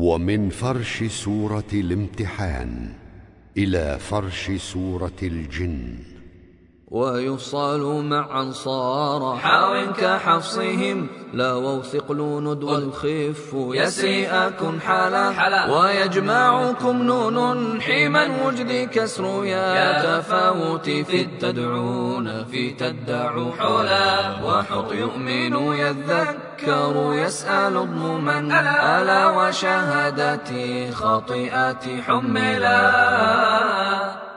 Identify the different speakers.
Speaker 1: ومن فرش سوره الامتحان الى فرش سوره الجن
Speaker 2: ويصال معا صار حار كحفصهم لا وثقل ند والخف يسيئكم حالا ويجمعكم نون حما وجد كسر يا تفاوت في التدعون في تدع حلا وحط يؤمن يذكر يسأل ضمما ألا وشهادتي خطيئتي حملا